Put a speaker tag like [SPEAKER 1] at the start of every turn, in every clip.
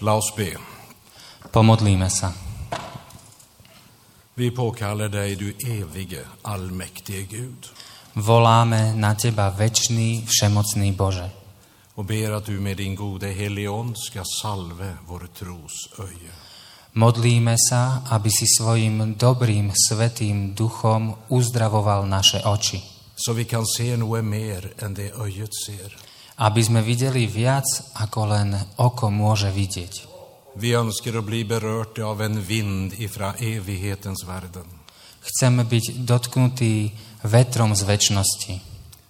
[SPEAKER 1] Låt oss be.
[SPEAKER 2] Pomodlíme sa.
[SPEAKER 1] Vi påkallar dig, du evige, allmäktige Gud
[SPEAKER 2] Voláme na Teba väčší, všemocný Bože.
[SPEAKER 1] och ber att du med din gode helion ska salve vår tros öje.
[SPEAKER 2] Modlíme sa, aby si svojim dobrým, svetým duchom uzdravoval naše oči.
[SPEAKER 1] Så vi kan se något mer än det öjet ser.
[SPEAKER 2] Aby sme videli viac, ako len oko môže vidieť.
[SPEAKER 1] Vi önskar att bli berörda av en vind ifrån evighetens världen
[SPEAKER 2] Chceme byť dotknutí vetrom z väčnosti,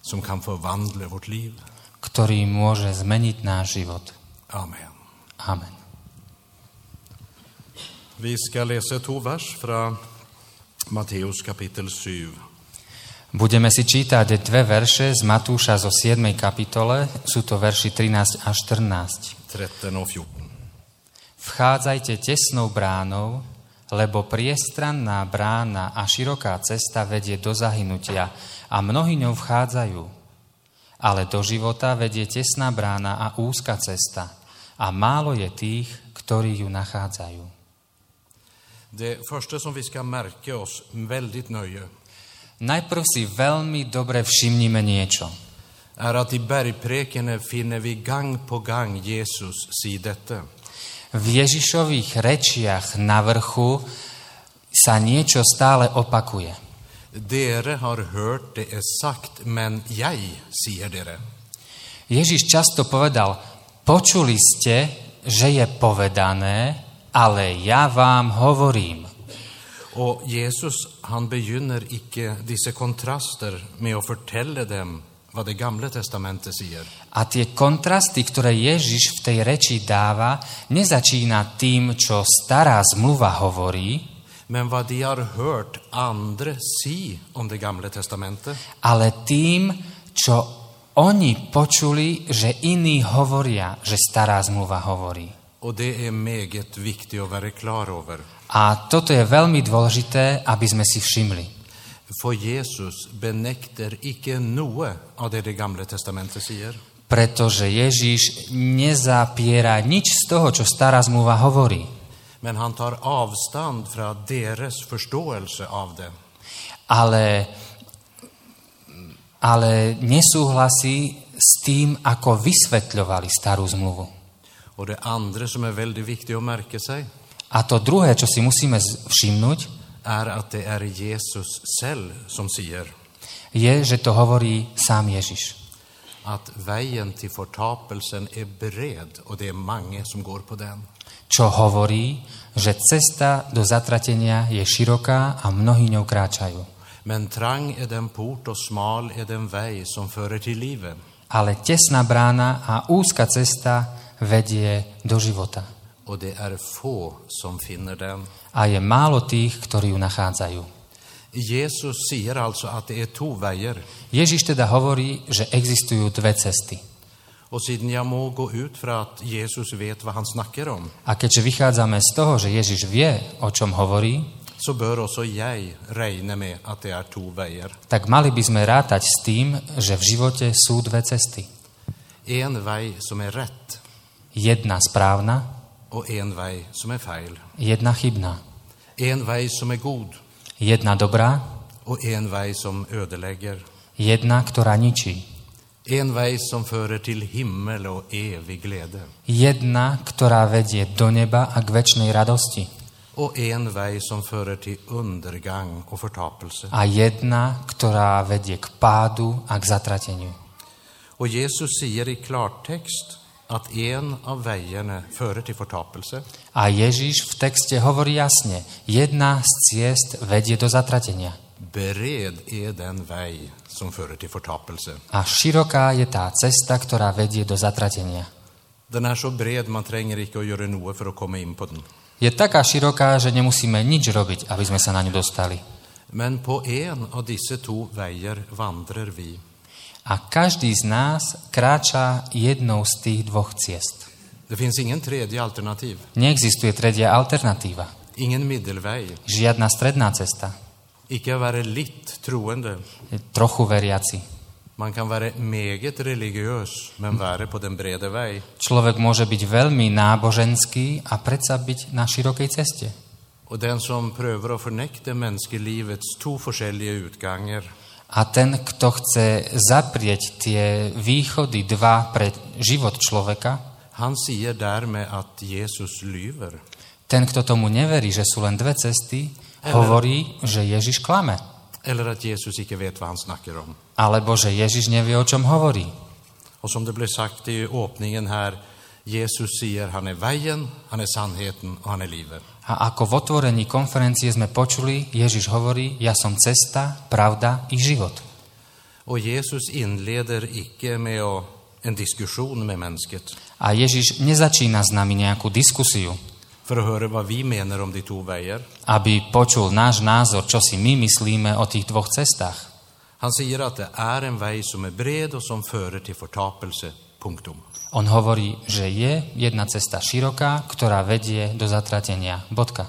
[SPEAKER 1] som kan förvandla vårt liv.
[SPEAKER 2] ktorý môže zmeniť náš život.
[SPEAKER 1] Amen.
[SPEAKER 2] Amen.
[SPEAKER 1] Vi ska läsa två vers från Matteus kapitel 7.
[SPEAKER 2] Budeme si čítať dve verše z Matúša zo 7. kapitole, sú to verši 13 a 14.
[SPEAKER 1] 13 och 14.
[SPEAKER 2] Vchádzajte tesnou bránou, lebo priestranná brána a široká cesta vedie do zahynutia a mnohí ňou vchádzajú. Ale do života vedie tesná brána a úzka cesta a málo je tých, ktorí ju nachádzajú.
[SPEAKER 1] Det första som vi ska märka oss väldigt nöje
[SPEAKER 2] Najprv si veľmi dobre všimnime niečo.
[SPEAKER 1] är att i bergprekene finner vi gång på gång Jesus si detta.
[SPEAKER 2] V Ježišových rečiach na vrchu sa niečo stále opakuje.
[SPEAKER 1] Dere har hört det är sagt, men jag säger dere.
[SPEAKER 2] Ježiš často povedal, počuli ste, že je povedané, ale ja vám hovorím.
[SPEAKER 1] Och Jesus, han begynner icke dessa kontraster med att fortälla dem vad det gamla testamentet säger.
[SPEAKER 2] A tie kontrasty, ktoré Ježiš v tej reči dáva, nezačína tým, čo stará zmluva hovorí,
[SPEAKER 1] Men vad de har hört andra si om det gamla testamentet.
[SPEAKER 2] ale tým, čo oni počuli, že iní hovoria, že stará zmluva hovorí.
[SPEAKER 1] Och det är meget viktigt att vara klar över.
[SPEAKER 2] A toto je veľmi dôležité, aby sme si všimli.
[SPEAKER 1] For Jesus benekter ikke noe av det det gamle testamentet sier.
[SPEAKER 2] Pretože Ježiš nezapiera nič z toho, čo stará zmluva hovorí.
[SPEAKER 1] Men han tar avstånd från deras förståelse av det.
[SPEAKER 2] ale, ale nesúhlasí s tým, ako vysvetľovali starú zmluvu.
[SPEAKER 1] Och det andra som är väldigt viktigt att märka sig
[SPEAKER 2] A to druhé, čo si musíme z- všimnúť,
[SPEAKER 1] är att det är Jesus själv som säger
[SPEAKER 2] je, že to hovorí sám Ježiš.
[SPEAKER 1] att vägen till förtapelsen är bred och det är många som går på den.
[SPEAKER 2] Čo hovorí, že cesta do zatratenia je široká a mnohí ňou kráčajú.
[SPEAKER 1] Men trang är den port och smal är den väg som förer till livet.
[SPEAKER 2] Ale tesná brána a úzka cesta vedie do života.
[SPEAKER 1] Och det är få som finner den.
[SPEAKER 2] A je málo tých, ktorí ju nachádzajú.
[SPEAKER 1] Jesus säger alltså att det är två vägar.
[SPEAKER 2] Ježiš teda hovorí, že existujú dve cesty.
[SPEAKER 1] Och sedan jag må gå ut för att Jesus vet vad han snackar om,
[SPEAKER 2] A keďže vychádzame z toho, že Ježiš vie, o čom hovorí,
[SPEAKER 1] så bör också jag räkna med att det är två vägar.
[SPEAKER 2] tak mali by sme rátať s tým, že v živote sú dve cesty.
[SPEAKER 1] En väg som är rätt
[SPEAKER 2] Jedna správna,
[SPEAKER 1] och en väg som är fel.
[SPEAKER 2] jedna chybná.
[SPEAKER 1] En väg som är god
[SPEAKER 2] Jedna dobrá,
[SPEAKER 1] och en väg som ödelägger.
[SPEAKER 2] jedna, ktorá ničí.
[SPEAKER 1] En väg som förer till himmel och evig glädje.
[SPEAKER 2] Jedna, ktorá vedie do neba a k väčšnej radosti.
[SPEAKER 1] Och en väg som förer till undergång och förtapelse.
[SPEAKER 2] A jedna, ktorá vedie k pádu a k zatrateniu.
[SPEAKER 1] Och Jesus säger i klartext att en av vägarna förer till förtapelse
[SPEAKER 2] A Ježiš v texte hovorí jasne, jedna z ciest vedie do zatratenia.
[SPEAKER 1] Bered är den väg som förer till förtappelse.
[SPEAKER 2] A široká je tá cesta, ktorá vedie do zatratenia.
[SPEAKER 1] Den är så bred man tränger icke att göra noe för att komma in på den.
[SPEAKER 2] Je taká široká, že nemusíme nič robiť, aby sme sa na ňu dostali.
[SPEAKER 1] Men på en av disse to vägar vandrer vi.
[SPEAKER 2] A každý z nás kráča jednou z tých dvoch ciest.
[SPEAKER 1] Det finns ingen tredje alternativ,
[SPEAKER 2] Neexistuje tretia alternatíva.
[SPEAKER 1] ingen middelväg,
[SPEAKER 2] Žiadna stredná cesta.
[SPEAKER 1] icke att vara litt troende.
[SPEAKER 2] Trochu veriaci.
[SPEAKER 1] Man kan vara meget religiös, men vara på den breda väg.
[SPEAKER 2] Človek môže byť veľmi náboženský a predsa byť na širokej ceste.
[SPEAKER 1] Och den som prövar att förneka människolivets två olika utgångar
[SPEAKER 2] A ten, kto chce zaprieť tie východy dva pre život človeka,
[SPEAKER 1] Han säger därmed att Jesus lyver.
[SPEAKER 2] ten, kto tomu neverí, že sú len dve cesty, hovorí, že Ježiš klame.
[SPEAKER 1] Eller att Jesus icke vet vad han snackar om.
[SPEAKER 2] Alebo že Ježiš nevie, o čom hovorí.
[SPEAKER 1] Och som det blev sagt i öppningen här, Jesus säger han är vägen, han är sannheten och han är livet.
[SPEAKER 2] A ako v otvorení konferencie sme počuli, Ježiš hovorí, ja som cesta, pravda i život.
[SPEAKER 1] Och Jesus inleder icke med att- en diskussion med mänsket
[SPEAKER 2] A Ježiš nezačína s nami nejakú diskusiu,
[SPEAKER 1] för att höra vad vi menar om de två vägar.
[SPEAKER 2] aby počul náš názor, čo si my myslíme o tých dvoch cestách.
[SPEAKER 1] Han säger att det är en väg som är bred och som förer till förtapelse. Punktum.
[SPEAKER 2] On hovorí, že je jedna cesta široká, ktorá vedie do zatratenia. Bodka.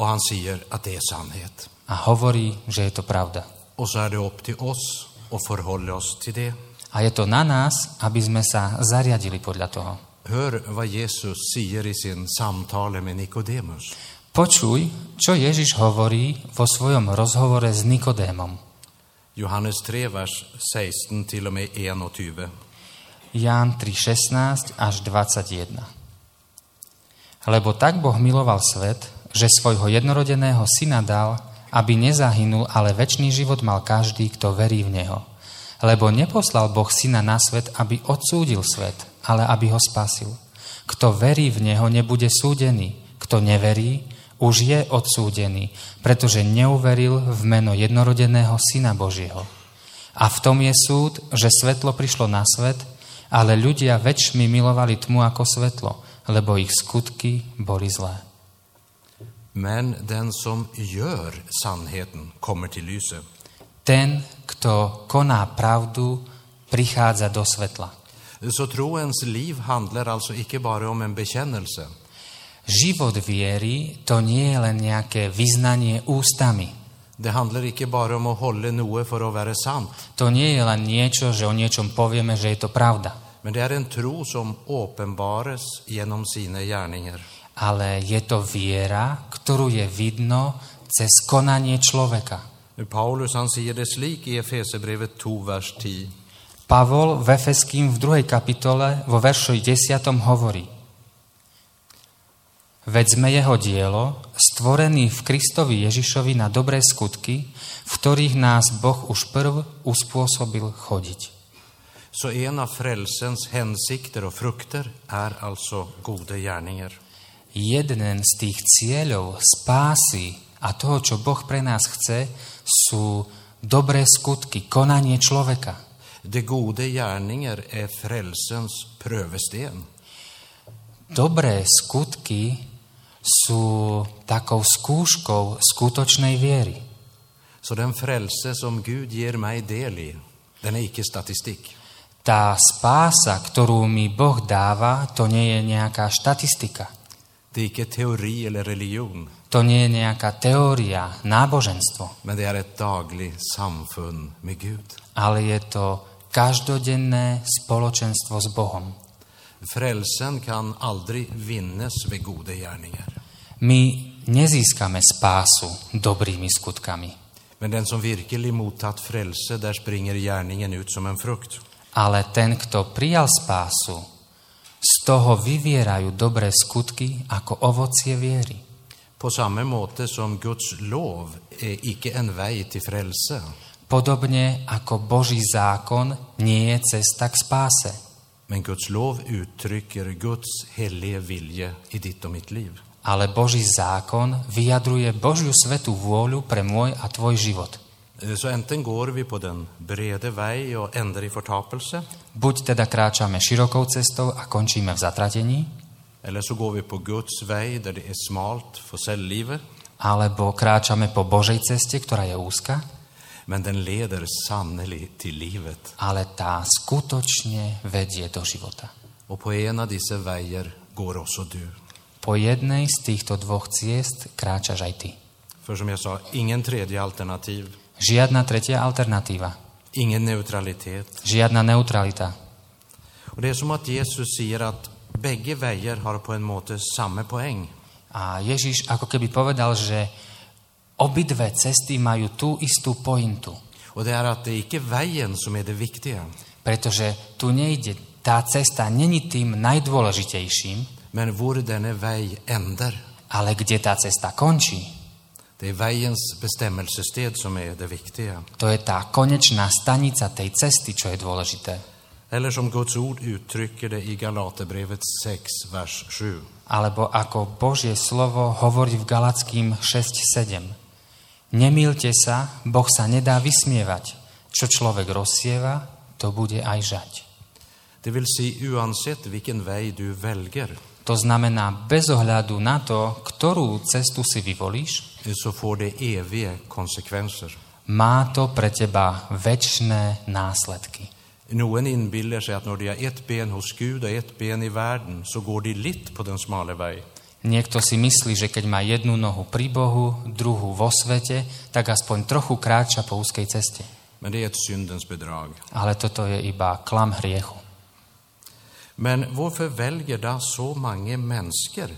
[SPEAKER 1] Och han säger att det är sannhet.
[SPEAKER 2] A hovorí, že je to pravda.
[SPEAKER 1] Och så är det upp till oss att förhålla oss till det.
[SPEAKER 2] A je to na nás, aby sme sa zariadili podľa toho.
[SPEAKER 1] Hör vad Jesus säger i sin samtale med Nikodemus.
[SPEAKER 2] Počuj, čo Ježiš hovorí vo svojom rozhovore s Nikodémom.
[SPEAKER 1] Johannes 3, vers 16 till och med 21.
[SPEAKER 2] Ján 3.16 až 21. Lebo tak Boh miloval svet, že svojho jednorodeného syna dal, aby nezahynul, ale väčší život mal každý, kto verí v Neho. Lebo neposlal Boh syna na svet, aby odsúdil svet, ale aby ho spasil. Kto verí v Neho, nebude súdený. Kto neverí, už je odsúdený, pretože neuveril v meno jednorodeného syna Božieho. A v tom je súd, že svetlo prišlo na svet, ale ľudia väčšmi milovali tmu ako svetlo, lebo ich skutky boli zlé.
[SPEAKER 1] Men den som gör sannheten kommer till lyset.
[SPEAKER 2] Ten, kto koná pravdu, prichádza do svetla.
[SPEAKER 1] Så troens liv handlar alltså icke bara om en bekännelse,
[SPEAKER 2] Život viery to nie je len nejaké vyznanie ústami.
[SPEAKER 1] Det handlar icke bara om att hålla noe för att vara sant,
[SPEAKER 2] To nie je len niečo, že o niečom povieme, že je to pravda.
[SPEAKER 1] men det är en tro som uppenbaras genom sina gärningar.
[SPEAKER 2] Ale je to viera, ktorú je vidno cez konanie človeka.
[SPEAKER 1] Paulus han säger det slik i Efesierbrevet 2, vers 10.
[SPEAKER 2] Pavol v Efeským v 2. kapitole vo verši 10. hovorí Veď sme jeho dielo, stvorený v Kristovi Ježišovi na dobré skutky, v ktorých nás Boh už prv uspôsobil chodiť.
[SPEAKER 1] Så en av frälsens hänsikter och frukter är alltså goda gärningar.
[SPEAKER 2] Jeden z tých cieľov spásy a toho, čo Boh pre nás chce, sú dobré skutky, konanie človeka.
[SPEAKER 1] De goda gärningar är frälsens prövesten.
[SPEAKER 2] Dobré skutky sú takou skúškou skutočnej viery.
[SPEAKER 1] Så den frälse som Gud ger mig del i, den är icke statistik.
[SPEAKER 2] Tá spása, ktorú mi Boh dáva, to nie je nejaká štatistika.
[SPEAKER 1] Det är icke teori eller religion,
[SPEAKER 2] To nie je nejaká teória, náboženstvo.
[SPEAKER 1] men det är ett dagligt samfund med Gud.
[SPEAKER 2] Ale je to každodenné spoločenstvo s Bohom.
[SPEAKER 1] Frälsen kan aldrig vinnas vid goda gärningar.
[SPEAKER 2] My nezískame spásu dobrými skutkami,
[SPEAKER 1] Men den som virkelig mottagit frälse, där springer gärningen ut som en frukt.
[SPEAKER 2] ale ten, kto prijal spásu, z toho vyvierajú dobré skutky ako ovocie viery.
[SPEAKER 1] På samma måte som Guds lov är icke en väg till frälse,
[SPEAKER 2] Podobne ako Boží zákon nie je cesta k spáse.
[SPEAKER 1] men Guds lov uttrycker Guds helige vilje i ditt och mitt liv.
[SPEAKER 2] ale Boží zákon vyjadruje Božiu svetú vôľu pre môj a tvoj život.
[SPEAKER 1] Eh, Så enten går vi på den brede vei og ender i fortapelse,
[SPEAKER 2] Buď teda kráčame širokou cestou a končíme v zatratení,
[SPEAKER 1] eller så går vi på Guds vei der det är smalt för självlivet,
[SPEAKER 2] alebo kráčame po Božej ceste, ktorá je úzka,
[SPEAKER 1] men den leder sannolikt till livet.
[SPEAKER 2] ale tá skutočne vedie do života.
[SPEAKER 1] Och på en av dessa vägar går också du.
[SPEAKER 2] Po jednej z týchto dvoch ciest kráčaš aj ty.
[SPEAKER 1] För som jag sa, ingen tredje alternativ,
[SPEAKER 2] Žiadna tretia alternatíva,
[SPEAKER 1] ingen neutralitet.
[SPEAKER 2] žiadna neutralita.
[SPEAKER 1] Och det är som att Jesus säger att bägge vägar har på en måte samma poäng.
[SPEAKER 2] A Ježiš ako keby povedal, že obidve cesty majú tú istú pointu.
[SPEAKER 1] Och det är att det är inte vägen som är det viktiga,
[SPEAKER 2] Pretože tu nejde, tá cesta není tým najdôležitejším,
[SPEAKER 1] men var denna väg ändar.
[SPEAKER 2] ale kde tá cesta končí,
[SPEAKER 1] Det är vägens bestämmelsested som är det viktiga.
[SPEAKER 2] to je tá konečná stanica tej cesty, čo je dôležité.
[SPEAKER 1] Eller som Guds ord uttrycker det i Galaterbrevet 6, vers 7.
[SPEAKER 2] Alebo ako Božie slovo hovorí v Galackým 6.7. Nemýlte sa, Boh sa nedá vysmievať. Čo človek rozsieva, to bude aj žať.
[SPEAKER 1] Det vill säga oavsett vilken väg du väljer
[SPEAKER 2] To znamená, bez ohľadu na to, ktorú cestu si vyvolíš,
[SPEAKER 1] så får det eviga konsekvenser.
[SPEAKER 2] má to pre teba väčšné následky.
[SPEAKER 1] Någon inbillar sig att när de har ett ben hos Gud och ett ben i världen så går de litt på den smala vägen.
[SPEAKER 2] Niekto si myslí, že keď má jednu nohu pri Bohu, druhú vo svete, tak aspoň trochu kráča po úzkej ceste.
[SPEAKER 1] Men det är ett syndens bedrag.
[SPEAKER 2] Ale toto je iba klam hriechu.
[SPEAKER 1] Men varför väljer då så många människor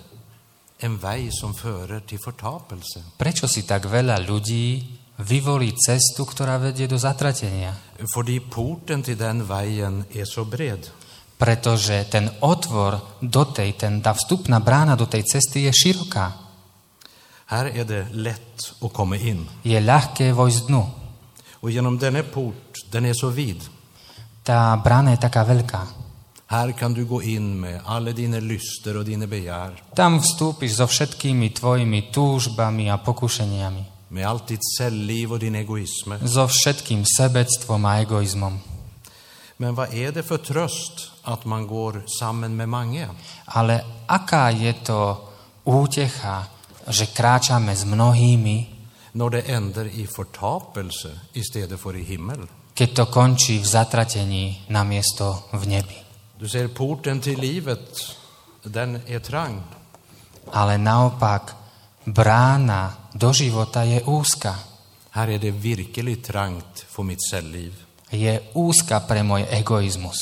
[SPEAKER 1] en väg som förer till förtapelse?
[SPEAKER 2] Prečo si tak veľa ľudí vyvolí cestu, ktorá vedie do zatratenia?
[SPEAKER 1] Fordi porten till den vägen är så bred.
[SPEAKER 2] Pretože ten otvor do tej, ten, tá vstupná brána do tej cesty je široká.
[SPEAKER 1] Här är det lätt att komma in.
[SPEAKER 2] Je ľahké vojsť dnu.
[SPEAKER 1] Och genom denna port, den är så vid.
[SPEAKER 2] Tá brána je taká veľká.
[SPEAKER 1] Här kan du gå in med alla dina lyster och dina begär,
[SPEAKER 2] Tam vstúpiš so všetkými tvojimi túžbami a pokušeniami.
[SPEAKER 1] med allt ditt cellliv och din egoism.
[SPEAKER 2] So všetkým sebectvom a egoizmom.
[SPEAKER 1] Men vad är det för tröst att man går samman med många?
[SPEAKER 2] Ale aká je to útecha, že kráčame s mnohými,
[SPEAKER 1] När det ändar i förtapelse istället för i himmel.
[SPEAKER 2] keď to končí v zatratení na miesto v nebi.
[SPEAKER 1] Du ser porten till livet, den är trang.
[SPEAKER 2] Ale naopak, brána do života je úzka.
[SPEAKER 1] Här är det virkelig trangt för mitt cellliv.
[SPEAKER 2] Je úzka pre môj egoizmus.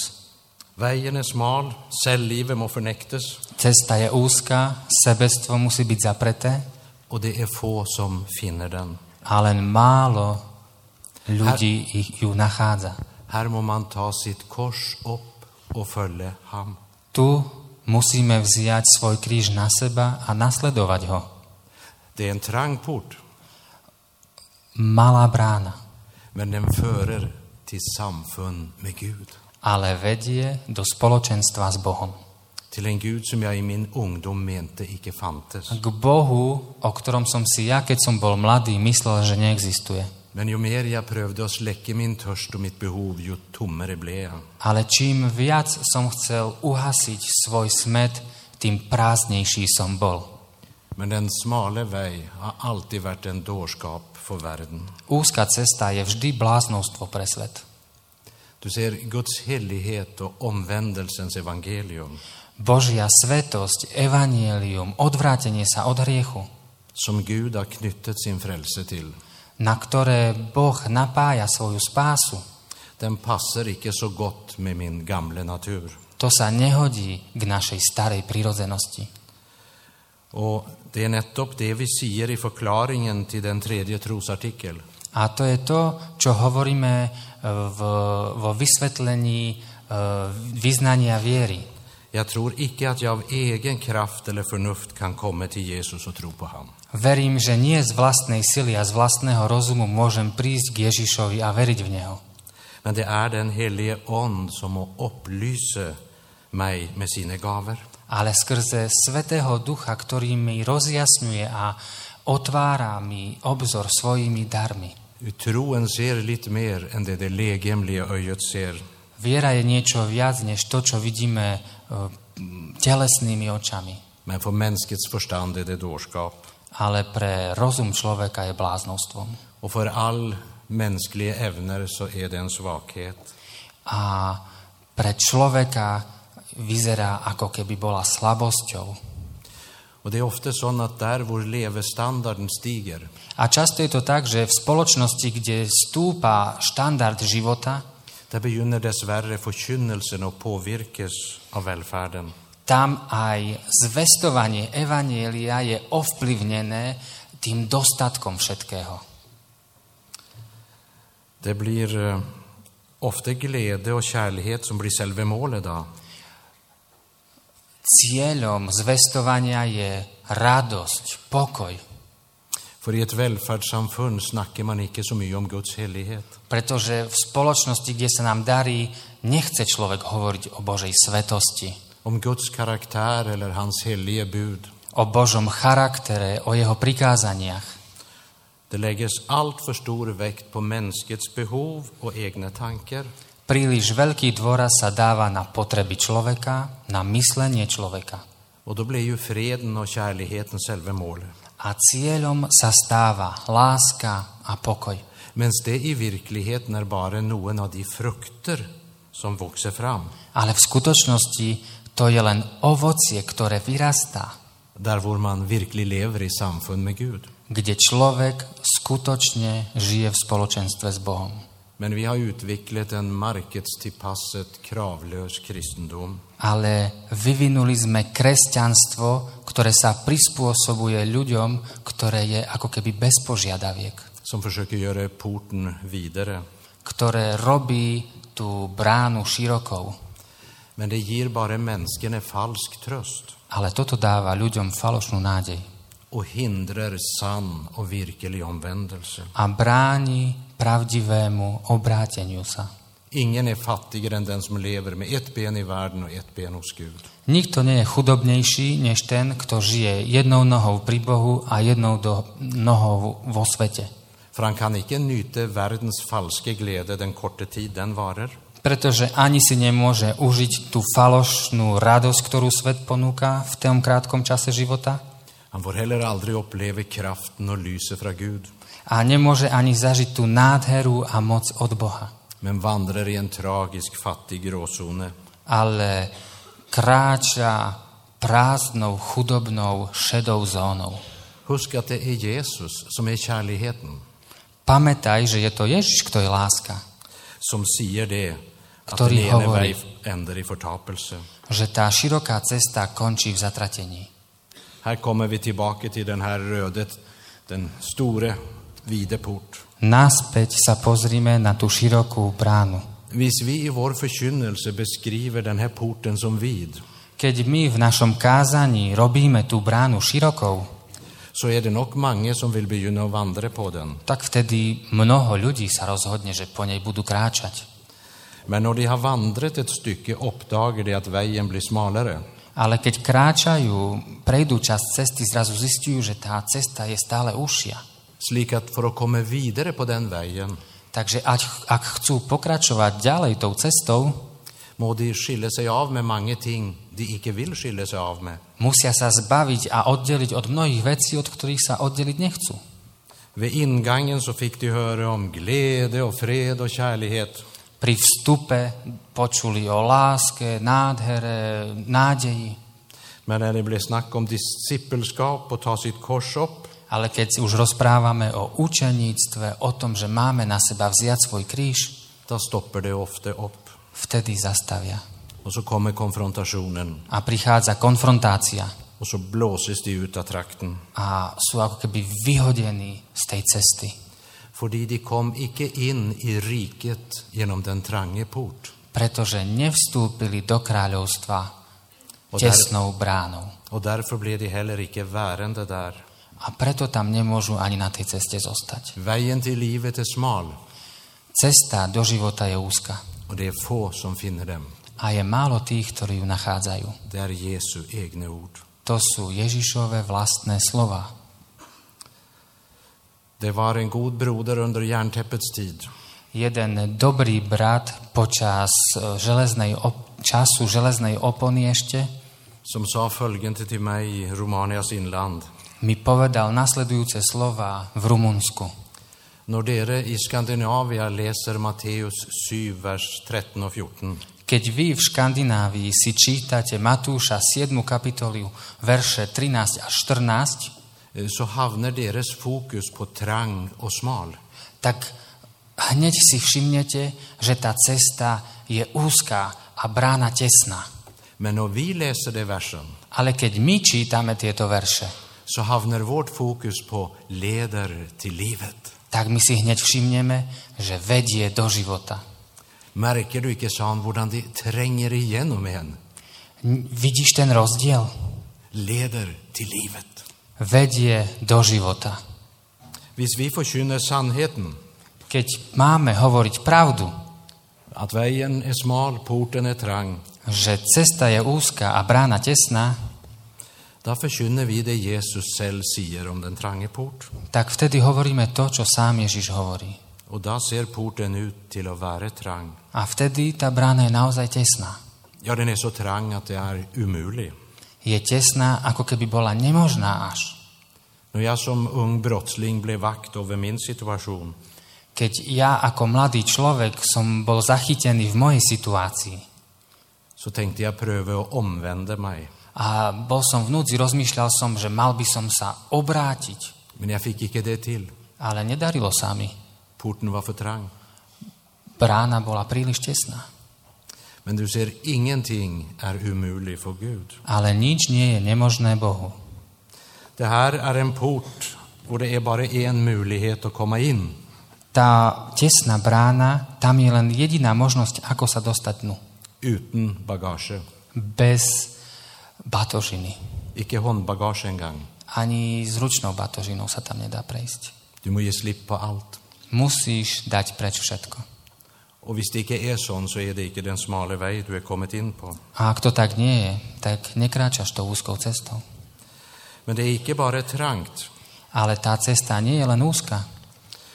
[SPEAKER 1] Vägen är smal, celllivet må förnektes
[SPEAKER 2] Cesta je úzka, sebectvo musí byť zapreté
[SPEAKER 1] och det är få som finner den.
[SPEAKER 2] a len málo ľudí ich ju nachádza.
[SPEAKER 1] Här må man ta sitt kors upp och följa ham.
[SPEAKER 2] Tu musíme vziať svoj kríž na seba a nasledovať ho.
[SPEAKER 1] Det är en trang port,
[SPEAKER 2] Malá brána,
[SPEAKER 1] men den förer till samfund med Gud.
[SPEAKER 2] ale vedie do spoločenstva s Bohom.
[SPEAKER 1] Till en Gud som jag i min ungdom mente icke fantes.
[SPEAKER 2] K Bohu, o ktorom som si ja, keď som bol mladý, myslel, že neexistuje.
[SPEAKER 1] Men ju mer jag prövde att släcka min törst och mitt behov, ju tommare blev jag.
[SPEAKER 2] Ale čím viac som chcel uhasiť svoj smet, tým prázdnejší som bol.
[SPEAKER 1] Men den smale väg har alltid varit en dårskap för världen.
[SPEAKER 2] Úzka cesta je vždy bláznostvo pre svet.
[SPEAKER 1] Du ser Guds helighet och omvändelsens evangelium
[SPEAKER 2] Božia svetosť, evanielium, odvrátenie sa od hriechu,
[SPEAKER 1] som Gud har knutit sin frälse till.
[SPEAKER 2] na ktoré Boh napája svoju spásu,
[SPEAKER 1] Den passar icke så gott med min gamla natur.
[SPEAKER 2] to sa nehodí k našej starej prírodzenosti.
[SPEAKER 1] Och det är nettopp det vi säger i förklaringen till den tredje trosartikel.
[SPEAKER 2] A to je to, čo hovoríme eh, v, vo vysvetlení eh, vyznania viery.
[SPEAKER 1] Jag tror icke att jag av egen kraft eller förnuft kan komma till Jesus och tro på han.
[SPEAKER 2] Verím, že nie z vlastnej sily a z vlastného rozumu môžem prísť k Ježišovi a veriť v Neho.
[SPEAKER 1] Men det är den helige Ande som må upplysa mig med sina gaver.
[SPEAKER 2] ale skrze Svetého Ducha, ktorý mi rozjasňuje a otvára mi obzor svojimi darmi.
[SPEAKER 1] Troen ser lite mer än det, det legemliga öjet ser.
[SPEAKER 2] Viera je niečo viac než to, čo vidíme e, telesnými očami,
[SPEAKER 1] Men för mänskets förstånd är det dårskap.
[SPEAKER 2] ale pre rozum človeka je bláznostvom.
[SPEAKER 1] Och för all mänskliga ävner så är det en svaghet.
[SPEAKER 2] A pre človeka vyzerá ako keby bola slabosťou.
[SPEAKER 1] Och det är ofta så att där vår levestandarden stiger,
[SPEAKER 2] A často je to tak, že v spoločnosti, kde stúpa štandard života,
[SPEAKER 1] där begynner dessvärre förkynnelsen att påvirkas av välfärden.
[SPEAKER 2] tam aj zvestovanie Evanielia je ovplyvnené tým dostatkom všetkého.
[SPEAKER 1] Det blir eh, ofta glädje och kärlighet som blir själva målet då.
[SPEAKER 2] Cieľom zvestovania je radosť, pokoj,
[SPEAKER 1] För i ett välfärdssamfund snackar man inte så mycket om Guds helighet.
[SPEAKER 2] pretože v spoločnosti, kde sa nám darí, nechce človek hovoriť o Božej svetosti,
[SPEAKER 1] Om Guds karaktär eller hans helige bud.
[SPEAKER 2] o Božom charaktere, o jeho prikázaniach.
[SPEAKER 1] Det läggs allt för stor vikt på mänskets behov och egna tankar.
[SPEAKER 2] Príliš veľký dôraz sa dáva na potreby človeka, na myslenie človeka.
[SPEAKER 1] Och då blir ju freden och kärleken själva målet.
[SPEAKER 2] A cieľom sa stáva láska a pokoj.
[SPEAKER 1] Men det i verkligheten är bara någon av de frukter som växer fram.
[SPEAKER 2] Ale v skutočnosti to je len ovocie, ktoré vyrastá,
[SPEAKER 1] Där vår man verkligen lever i samfund med Gud.
[SPEAKER 2] kde človek skutočne žije v spoločenstve s Bohom.
[SPEAKER 1] Men vi har utvecklat en marketstillpasset, kravlös kristendom.
[SPEAKER 2] Ale vyvinuli sme kresťanstvo, ktoré sa prispôsobuje ľuďom, ktoré je ako keby bez požiadaviek,
[SPEAKER 1] som försöker göra porten vidare.
[SPEAKER 2] ktoré robí tú bránu širokou.
[SPEAKER 1] Men det ger bara människan en falsk tröst
[SPEAKER 2] Ale toto dáva ľuďom falošnú nádej
[SPEAKER 1] och hindrar sann och virkelig omvändelse.
[SPEAKER 2] a bráni pravdivému obráteniu sa.
[SPEAKER 1] Ingen är fattigare än den som lever med ett ben i världen och ett ben hos Gud.
[SPEAKER 2] Nikto nie je chudobnejší než ten, kto žije jednou nohou pri Bohu a jednou do, nohou vo svete.
[SPEAKER 1] För han kan icke nyte världens falska glädje den korta tid den varar.
[SPEAKER 2] Pretože ani si nemôže užiť tú falošnú radosť, ktorú svet ponúka v tom krátkom čase života
[SPEAKER 1] Han får heller aldrig uppleva kraften och lyset från Gud,
[SPEAKER 2] a nemôže ani zažiť tú nádheru a moc od Boha.
[SPEAKER 1] men vandrar i en tragisk fattig gråzone.
[SPEAKER 2] Ale kráča prázdnou, chudobnou, šedou zónou.
[SPEAKER 1] Husk att det är Jesus som är kärligheten,
[SPEAKER 2] Pamätaj, že je to Ježiš, kto je láska.
[SPEAKER 1] som säger det, att
[SPEAKER 2] Ktorý
[SPEAKER 1] den ene
[SPEAKER 2] hovorí.
[SPEAKER 1] väg ändar i förtapelse.
[SPEAKER 2] Že tá široká cesta končí v zatratení.
[SPEAKER 1] Här kommer vi tillbaka till den här rödet, den store, vide port.
[SPEAKER 2] Naspäť sa pozrime na tú širokú bránu.
[SPEAKER 1] Visst vi i vår förkynnelse beskriver den här porten som vid,
[SPEAKER 2] Keď my v našom kázaní robíme tú bránu širokou,
[SPEAKER 1] så är det nog många som vill begynna att vandra på den.
[SPEAKER 2] tak vtedy mnoho ľudí sa rozhodne, že po nej budú kráčať.
[SPEAKER 1] Men när de har vandrat ett stycke uppdager de att vägen blir smalare.
[SPEAKER 2] Ale keď kráčajú, prejdú časť cesty, zrazu zistujú, že tá cesta je stále užšia.
[SPEAKER 1] Slik att för att komma vidare på den vägen
[SPEAKER 2] Takže ať, ak chcú pokračovať ďalej tou cestou,
[SPEAKER 1] må de skilja sig av med många ting de icke vill skilja sig av med.
[SPEAKER 2] musia sa zbaviť a oddeliť od mnohých vecí, od ktorých sa oddeliť nechcú.
[SPEAKER 1] Vid ingången så fick de höra om glädje och fred och kärlighet.
[SPEAKER 2] Pri vstupe počuli o láske, nádhere, nádeji,
[SPEAKER 1] Men när det blev snack om discipelskap och ta sitt kors upp,
[SPEAKER 2] ale keď už rozprávame o učeníctve, o tom, že máme na seba vziať svoj kríž,
[SPEAKER 1] då stoppar det ofta upp.
[SPEAKER 2] vtedy zastavia.
[SPEAKER 1] Och så kommer konfrontationen
[SPEAKER 2] A prichádza konfrontácia
[SPEAKER 1] och så blåses de ut av trakten.
[SPEAKER 2] a sú ako keby vyhodení z tej cesty.
[SPEAKER 1] Fordi de kom icke in i riket genom den trange port.
[SPEAKER 2] Pretože nevstúpili do kráľovstva tesnou bránou.
[SPEAKER 1] Och därför blev de heller icke värende där.
[SPEAKER 2] A preto tam nemôžu ani na tej ceste zostať.
[SPEAKER 1] Vägen till livet är smal
[SPEAKER 2] Cesta do života je úzka
[SPEAKER 1] och det är få som finner dem.
[SPEAKER 2] a je málo tých, ktorí ju nachádzajú.
[SPEAKER 1] Det är Jesu egna ord.
[SPEAKER 2] To sú Ježišove vlastné slova.
[SPEAKER 1] Det var en god broder under järntäppets tid.
[SPEAKER 2] Jeden dobrý brat počas eh, železnej op- času železnej opony ešte
[SPEAKER 1] som sa följande till mig i Romanias inland.
[SPEAKER 2] mi povedal nasledujúce slova v Rumunsku.
[SPEAKER 1] När dere i Skandinavia läser Matteus 7, vers 13 och 14,
[SPEAKER 2] Keď vy v Škandinávii si čítate Matúša 7. kapitoliu verše 13 až 14,
[SPEAKER 1] eh, så havner deras fokus på trang och smal.
[SPEAKER 2] tak hneď si všimnete, že tá cesta je úzká a brána tesná.
[SPEAKER 1] Men när vi läser de versen
[SPEAKER 2] Ale keď my čítame tieto verše,
[SPEAKER 1] så havner vårt fokus på leder till livet.
[SPEAKER 2] tak my si hneď všimneme, že vedie do života.
[SPEAKER 1] Märker du icke, sa han, hvordan de tränger igenom en?
[SPEAKER 2] N- Vidíš ten rozdiel?
[SPEAKER 1] Leder till livet.
[SPEAKER 2] Vedie do života.
[SPEAKER 1] Hvis vi förkynner sannheten,
[SPEAKER 2] Keď máme hovoriť pravdu,
[SPEAKER 1] att vägen är smal, porten är trang,
[SPEAKER 2] že cesta je úzka a brána tesná,
[SPEAKER 1] då förkynner vi det Jesus själv säger om den trange port.
[SPEAKER 2] tak vtedy hovoríme to, čo sám Ježiš hovorí.
[SPEAKER 1] Och då ser porten ut till att vara trang.
[SPEAKER 2] A vtedy tá brána je naozaj tesná.
[SPEAKER 1] Ja, den är så trang att det är omöjlig.
[SPEAKER 2] Je tesná, ako keby bola nemožná až.
[SPEAKER 1] När jag som ung brottsling blev vakt över min situation,
[SPEAKER 2] Keď ja ako mladý človek som bol zachytený v mojej situácii
[SPEAKER 1] så tänkte jag pröva att omvända mig.
[SPEAKER 2] a bol som vnúci, rozmýšľal som, že mal by som sa obrátiť,
[SPEAKER 1] Men jag fick icke det till.
[SPEAKER 2] ale nedarilo sa mi.
[SPEAKER 1] Porten var för trang.
[SPEAKER 2] Brána bola príliš tesná.
[SPEAKER 1] Men du ser, ingenting är omöjligt för Gud.
[SPEAKER 2] Ale nič nie je nemožné Bohu.
[SPEAKER 1] Det här är en port och det är bara en möjlighet att komma in.
[SPEAKER 2] Tá tesná brána, tam je len jediná možnosť, ako sa dostať dnu.
[SPEAKER 1] Utan bagage.
[SPEAKER 2] Bez batožiny.
[SPEAKER 1] Icke handbagage en gång.
[SPEAKER 2] Ani s ručnou batožinou sa tam nedá prejsť.
[SPEAKER 1] Du må ge slipp på allt.
[SPEAKER 2] Musíš dať preč všetko.
[SPEAKER 1] Och visst det icke är sån så är det icke den smala väg du är kommit in på.
[SPEAKER 2] A ak to tak nie je, tak nekráčaš tou úzkou cestou.
[SPEAKER 1] Men det är icke bara trangt.
[SPEAKER 2] Ale tá cesta nie je len úzka,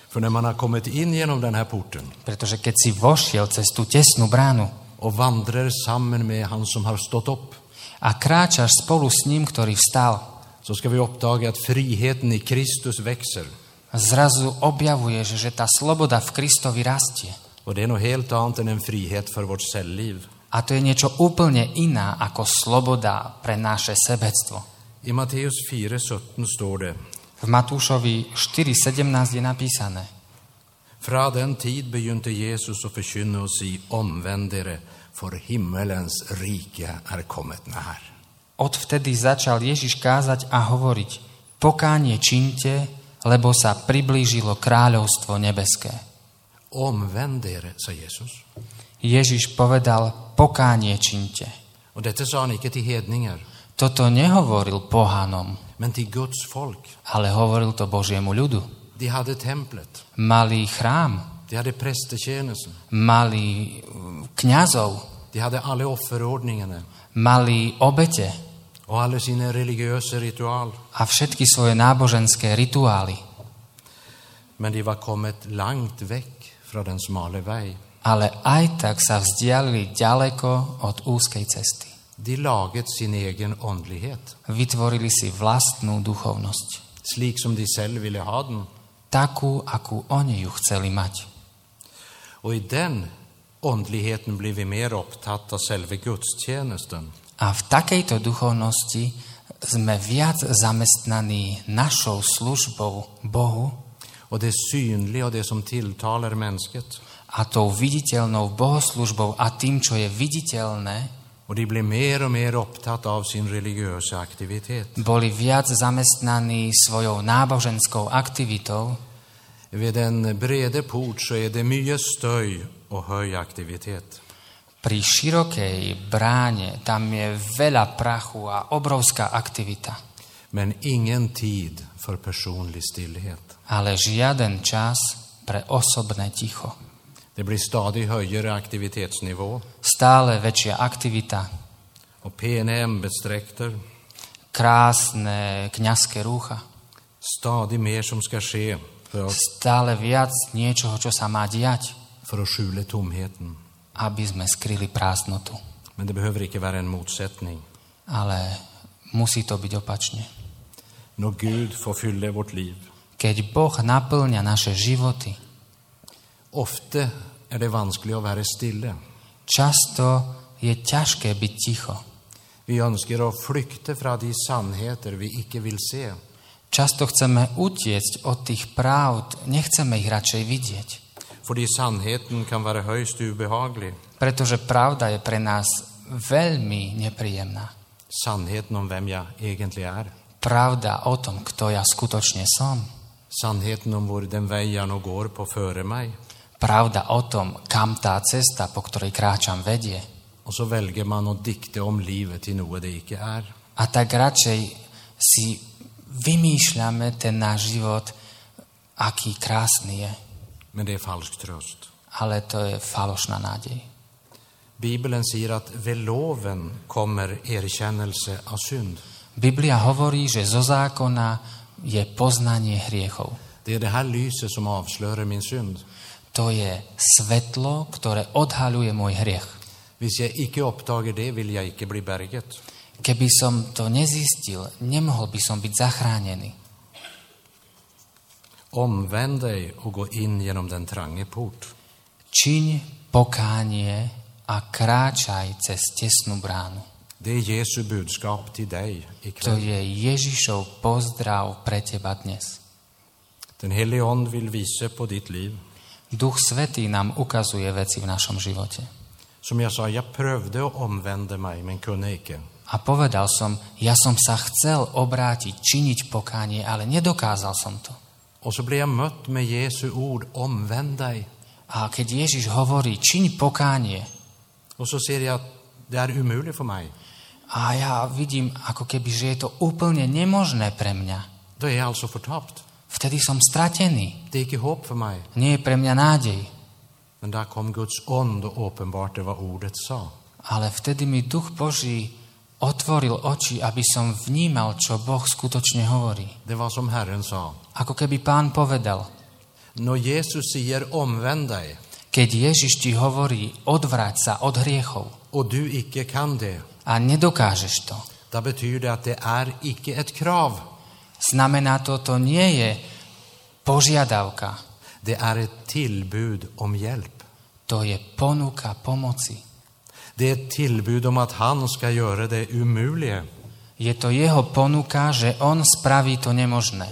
[SPEAKER 1] För när man har kommit in genom den här porten
[SPEAKER 2] pretože keď si vošiel cez tú tesnú bránu
[SPEAKER 1] och vandrar samman med han som har stått upp
[SPEAKER 2] a kráčaš spolu s ním, ktorý vstal,
[SPEAKER 1] så ska vi uppdaga att friheten i Kristus växer.
[SPEAKER 2] zrazu objavuješ, že tá sloboda v Kristovi rastie.
[SPEAKER 1] Och det är något helt annat än en frihet för vårt självliv.
[SPEAKER 2] A to je niečo úplne iná ako sloboda pre naše sebectvo.
[SPEAKER 1] I Matteus 4.17 står det
[SPEAKER 2] V Matúšovi 4.17 je napísané.
[SPEAKER 1] Fra den tid begynte Jesus att förkynna och säga omvänd er, för himmelens rike är kommet när.
[SPEAKER 2] Odvtedy začal Ježiš kázať a hovoriť, pokánie činte, lebo sa priblížilo kráľovstvo nebeské.
[SPEAKER 1] Omvänd er, sa Jesus.
[SPEAKER 2] Ježiš povedal, pokánie činte.
[SPEAKER 1] Och detta sa han icke till hedningar,
[SPEAKER 2] Toto nehovoril pohanom,
[SPEAKER 1] men till Guds folk.
[SPEAKER 2] ale hovoril to Božiemu ľudu.
[SPEAKER 1] De hade templet,
[SPEAKER 2] Malý chrám,
[SPEAKER 1] de hade prästetjänsten,
[SPEAKER 2] malý mm, kňazov,
[SPEAKER 1] de hade alla offerordningarna
[SPEAKER 2] malý obete
[SPEAKER 1] och alla sina religiösa ritual.
[SPEAKER 2] a všetky svoje náboženské rituály.
[SPEAKER 1] Men de var kommit långt väck från den smala väg.
[SPEAKER 2] Ale aj tak sa vzdialili ďaleko od úzkej cesty.
[SPEAKER 1] De laget sin egen åndlighet,
[SPEAKER 2] Vytvorili si vlastnú duchovnosť.
[SPEAKER 1] slik som de själv ville ha den.
[SPEAKER 2] Takú, akú oni ju chceli mať.
[SPEAKER 1] Och i den åndligheten blir vi mer upptatt av själva gudstjänsten
[SPEAKER 2] A v takejto duchovnosti sme viac zamestnaní našou službou Bohu
[SPEAKER 1] och det synliga och det som tilltalar mänskligt.
[SPEAKER 2] a tou viditeľnou bohoslužbou a tým, čo je viditeľné,
[SPEAKER 1] Och de blir mer och mer upptatt av sin religiösa aktivitet.
[SPEAKER 2] boli viac zamestnaní svojou náboženskou aktivitou
[SPEAKER 1] Vid den breda port så är det mycket stöj och hög aktivitet.
[SPEAKER 2] Pri širokej bráne tam je veľa prachu a obrovská aktivita,
[SPEAKER 1] Men ingen tid för personlig stillhet.
[SPEAKER 2] ale žiaden čas pre osobné ticho.
[SPEAKER 1] Det blir stadig högre aktivitetsnivå
[SPEAKER 2] Stále väčšia aktivita,
[SPEAKER 1] och pena ämbetsdräkter,
[SPEAKER 2] krásne kňazské rúcha,
[SPEAKER 1] stadig mer som ska ske för oss
[SPEAKER 2] stále viac niečoho, čo sa má diať,
[SPEAKER 1] för att skjula tomheten.
[SPEAKER 2] aby sme skryli prázdnotu.
[SPEAKER 1] Men det behöver inte vara en motsättning.
[SPEAKER 2] Ale musí to byť opačne.
[SPEAKER 1] När Gud får fylla vårt liv.
[SPEAKER 2] Keď Boh naplňa naše životy,
[SPEAKER 1] Ofta är det vanskligt att vara stilla.
[SPEAKER 2] často je ťažké byť ticho.
[SPEAKER 1] Vi önskar att flykta från de sannheter vi icke vill se.
[SPEAKER 2] Často chceme utiecť od tých pravd, nechceme ich radšej vidieť.
[SPEAKER 1] Fordi sannheten kan vara högst ubehaglig.
[SPEAKER 2] Pretože pravda je pre nás veľmi nepríjemná.
[SPEAKER 1] Sannheten om vem jag egentligen är.
[SPEAKER 2] Pravda o tom, kto ja skutočne som.
[SPEAKER 1] Sannheten om var den väg jag nog går på före mig.
[SPEAKER 2] Pravda o tom, kam tá cesta, po ktorej kráčam, vedie.
[SPEAKER 1] Och så väljer man att dikta om livet till något det icke är.
[SPEAKER 2] A tak radšej si vymýšľame ten náš život, aký krásny je.
[SPEAKER 1] Men det är falsk tröst.
[SPEAKER 2] Ale to je falošná nádej.
[SPEAKER 1] Bibeln säger att vid loven kommer erkännelse av synd.
[SPEAKER 2] Biblia hovorí, že zo zákona je poznanie hriechov.
[SPEAKER 1] Det är det här lyset som avslöjar min synd.
[SPEAKER 2] To je svetlo, ktoré odhaľuje môj hriech.
[SPEAKER 1] Hvis jag icke uppdager det vill jag icke bli berget.
[SPEAKER 2] Keby som to nezistil, nemohol by som byť zachránený.
[SPEAKER 1] Omvänd dig och gå in genom den trange port.
[SPEAKER 2] Čiň pokánie a kráčaj cez tesnú bránu.
[SPEAKER 1] Det är Jesu budskap till dig ikväll.
[SPEAKER 2] To je Ježišov pozdrav pre teba dnes.
[SPEAKER 1] Den helige Ande vill visa på ditt liv.
[SPEAKER 2] Duch Svetý nám ukazuje veci v našom živote.
[SPEAKER 1] Som jag sa, jag prövde och omvände mig men kunde icke.
[SPEAKER 2] A povedal som, ja som sa chcel obrátiť, činiť pokánie, ale nedokázal som to.
[SPEAKER 1] Och så blev jag mött med Jesu ord, omvänd dig.
[SPEAKER 2] A keď Ježiš hovorí, čiň pokánie,
[SPEAKER 1] Och så ser jag att det är omöjligt för mig.
[SPEAKER 2] a ja vidím, ako keby, že je to úplne nemožné pre mňa.
[SPEAKER 1] Då är jag alltså förtapt.
[SPEAKER 2] Vtedy som stratený.
[SPEAKER 1] Det är icke hopp för mig.
[SPEAKER 2] Nie je pre mňa nádej.
[SPEAKER 1] Men där kom Guds ond och uppenbarte vad ordet sa.
[SPEAKER 2] Ale vtedy mi Duch Boží otvoril oči, aby som vnímal, čo Boh skutočne hovorí.
[SPEAKER 1] Det var som Herren sa.
[SPEAKER 2] Ako keby pán povedal,
[SPEAKER 1] När Jesus säger omvänd dig
[SPEAKER 2] keď Ježiš ti hovorí, odvrať sa od hriechov
[SPEAKER 1] och du icke kan det,
[SPEAKER 2] a nedokážeš to,
[SPEAKER 1] då betyder det att det är icke ett krav.
[SPEAKER 2] znamená to, to nie je požiadavka,
[SPEAKER 1] Det är ett tillbud om hjälp.
[SPEAKER 2] to je ponuka pomoci.
[SPEAKER 1] Det är ett tillbud om att han ska göra det omöjliga.
[SPEAKER 2] Je to jeho ponuka, že on spraví to nemožné.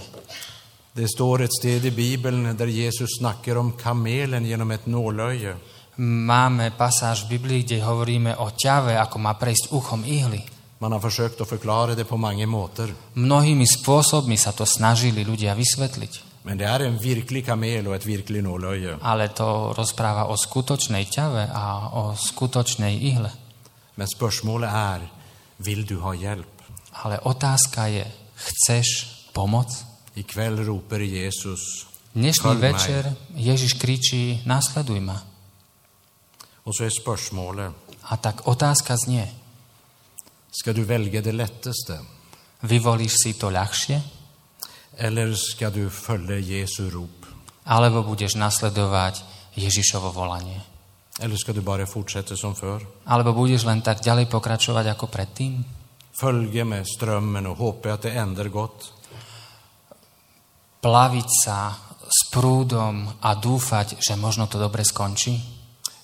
[SPEAKER 1] Det står ett ställe i Bibeln där Jesus snackar om kamelen genom ett nålöje.
[SPEAKER 2] Máme pasáž v Biblii, kde hovoríme o ťave, ako má prejsť uchom ihly.
[SPEAKER 1] Man har försökt att förklara det på många måter.
[SPEAKER 2] Mnohými spôsobmi sa to snažili ľudia vysvetliť,
[SPEAKER 1] Men det är en virklig kamel och ett virkligt nålöje.
[SPEAKER 2] ale to rozpráva o skutočnej ťave a o skutočnej ihle.
[SPEAKER 1] Men spörsmålet är, vill du ha hjälp?
[SPEAKER 2] Ale otázka je, chceš pomoc?
[SPEAKER 1] Ikväll ropar Jesus,
[SPEAKER 2] Dnešný
[SPEAKER 1] Karl May.
[SPEAKER 2] večer Ježiš kričí, následuj ma.
[SPEAKER 1] och så är spörsmålet,
[SPEAKER 2] A tak otázka znie,
[SPEAKER 1] ska du välja det lättaste?
[SPEAKER 2] vyvolíš si to ľahšie,
[SPEAKER 1] Eller ska du följa Jesu rop?
[SPEAKER 2] alebo budeš nasledovať Ježišovo volanie?
[SPEAKER 1] Eller ska du bara fortsätta som förr?
[SPEAKER 2] Alebo budeš len tak ďalej pokračovať ako predtým?
[SPEAKER 1] Följa med strömmen och hoppa att det ändrar gott?
[SPEAKER 2] Plaviť sa s prúdom a dúfať, že možno to dobre skončí?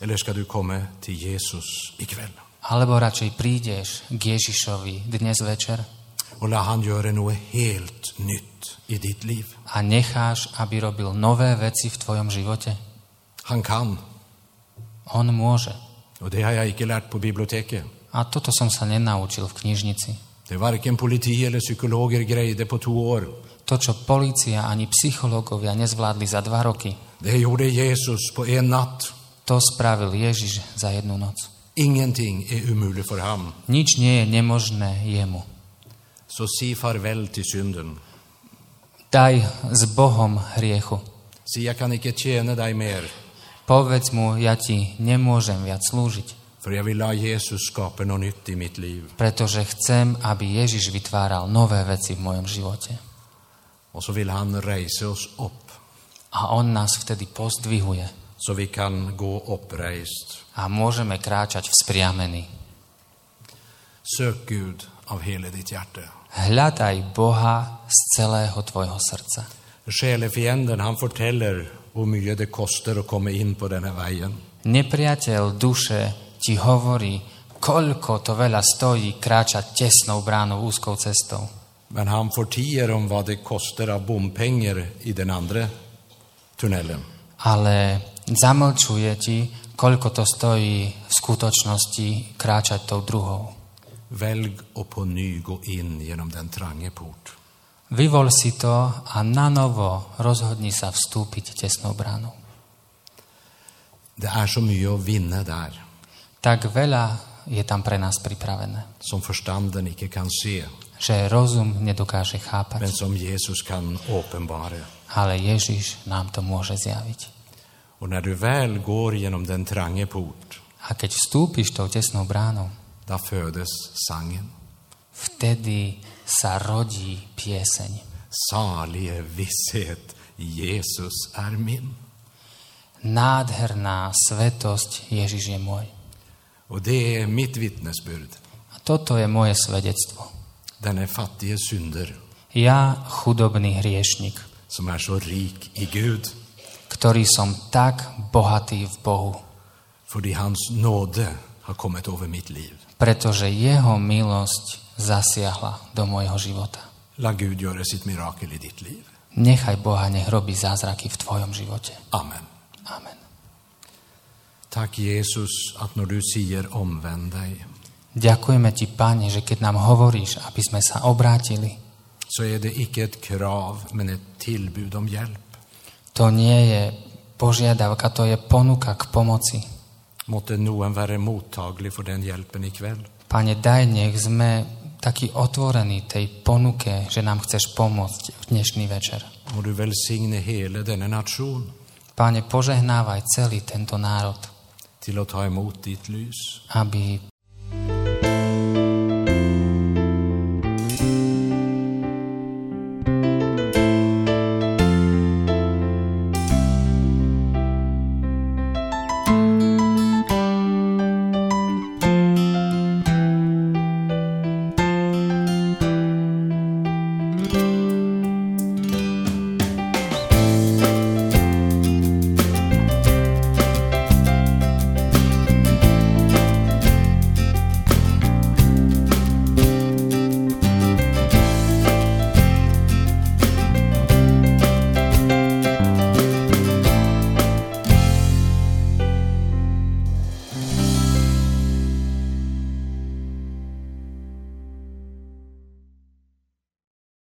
[SPEAKER 1] Eller ska du komma till Jesus ikväll
[SPEAKER 2] Alebo radšej prídeš k Ježišovi dnes večer
[SPEAKER 1] och låt han göra något helt nytt i ditt liv?
[SPEAKER 2] a necháš, aby robil nové veci v tvojom živote?
[SPEAKER 1] Han kan,
[SPEAKER 2] On môže.
[SPEAKER 1] och det har jag inte lärt på biblioteket.
[SPEAKER 2] A toto som sa nenaučil v knižnici.
[SPEAKER 1] Det är varken politi eller psykologer grejde på två år.
[SPEAKER 2] To, čo polícia ani psychológovia nezvládli za dva roky,
[SPEAKER 1] Det gjorde Jesus på en natt.
[SPEAKER 2] to spravil Ježiš za jednu noc.
[SPEAKER 1] Ingenting är omöjligt för honom.
[SPEAKER 2] Nič nie je nemožné jemu.
[SPEAKER 1] Så si farväl till synden.
[SPEAKER 2] Daj s Bohom hriechu.
[SPEAKER 1] Si jag kan inte tjäna dig mer.
[SPEAKER 2] Povedz mu, ja ti nemôžem viac slúžiť,
[SPEAKER 1] För jag vill ha Jesus skapa något nytt i mitt liv.
[SPEAKER 2] pretože chcem, aby Ježiš vytváral nové veci v mojom živote.
[SPEAKER 1] Och så vill han rejsa oss upp,
[SPEAKER 2] A on nás vtedy pozdvihuje
[SPEAKER 1] så vi kan gå upprejst.
[SPEAKER 2] a môžeme kráčať vzpriamení.
[SPEAKER 1] Sök Gud av hela ditt hjärta.
[SPEAKER 2] Hľadaj Boha z celého tvojho srdca.
[SPEAKER 1] Själefienden, han fortäller hur mycket det kostar att komma in på den här vägen.
[SPEAKER 2] Nepriateľ duše ti hovorí, koľko to veľa stojí kráčať tesnou bránou, úzkou cestou.
[SPEAKER 1] Men han förtiger om vad det kostar av bompengar i den andra tunneln.
[SPEAKER 2] Ale zamlčuje ti, koľko to stojí v skutočnosti kráčať tou druhou.
[SPEAKER 1] Välj och på ny gå in genom den trange port.
[SPEAKER 2] Vyvol si to a na novo rozhodni sa vstúpiť tesnou bránou.
[SPEAKER 1] Det är så mycket att vinna där
[SPEAKER 2] Tak veľa je tam pre nás pripravené,
[SPEAKER 1] som förstanden icke kan se,
[SPEAKER 2] že rozum nedokáže
[SPEAKER 1] men
[SPEAKER 2] chápať,
[SPEAKER 1] som Jesus kan uppenbara.
[SPEAKER 2] ale Ježiš nám to môže zjaviť.
[SPEAKER 1] Och när du väl går genom den trange port,
[SPEAKER 2] A keď vstúpiš tou tesnou bránou,
[SPEAKER 1] där födes sangen.
[SPEAKER 2] vtedy sa rodí pieseň.
[SPEAKER 1] Salig är visshet, Jesus är min.
[SPEAKER 2] Nádherná svetosť Ježiš je môj.
[SPEAKER 1] Och det är mitt vittnesbörd.
[SPEAKER 2] A toto je moje svedectvo.
[SPEAKER 1] Den är fattige synder
[SPEAKER 2] Ja, chudobný hriešnik,
[SPEAKER 1] som är så rik i Gud.
[SPEAKER 2] ktorý som tak bohatý v Bohu,
[SPEAKER 1] Fordi hans nåde har kommit över mitt liv.
[SPEAKER 2] pretože jeho milosť zasiahla do môjho života.
[SPEAKER 1] Låt Gud göra sitt mirakel i ditt liv.
[SPEAKER 2] Nechaj Boha, nech robí zázraky v tvojom živote.
[SPEAKER 1] Amen.
[SPEAKER 2] Amen.
[SPEAKER 1] Tack Jesus att när du säger omvänd dig
[SPEAKER 2] Ďakujeme ti, Pane, že keď nám hovoríš, aby sme sa obrátili,
[SPEAKER 1] så är det icke ett krav men ett tillbud om hjälp.
[SPEAKER 2] to nie je požiadavka, to je ponuka k pomoci.
[SPEAKER 1] Måtte någon vara mottaglig för den hjälpen ikväll.
[SPEAKER 2] Pane, daj, nech sme takí otvorení tej ponuke, že nám chceš pomôcť v dnešný večer.
[SPEAKER 1] Må du välsigne hela denna nation
[SPEAKER 2] Pane, požehnávaj celý tento národ,
[SPEAKER 1] till att ta emot ditt lys.
[SPEAKER 2] aby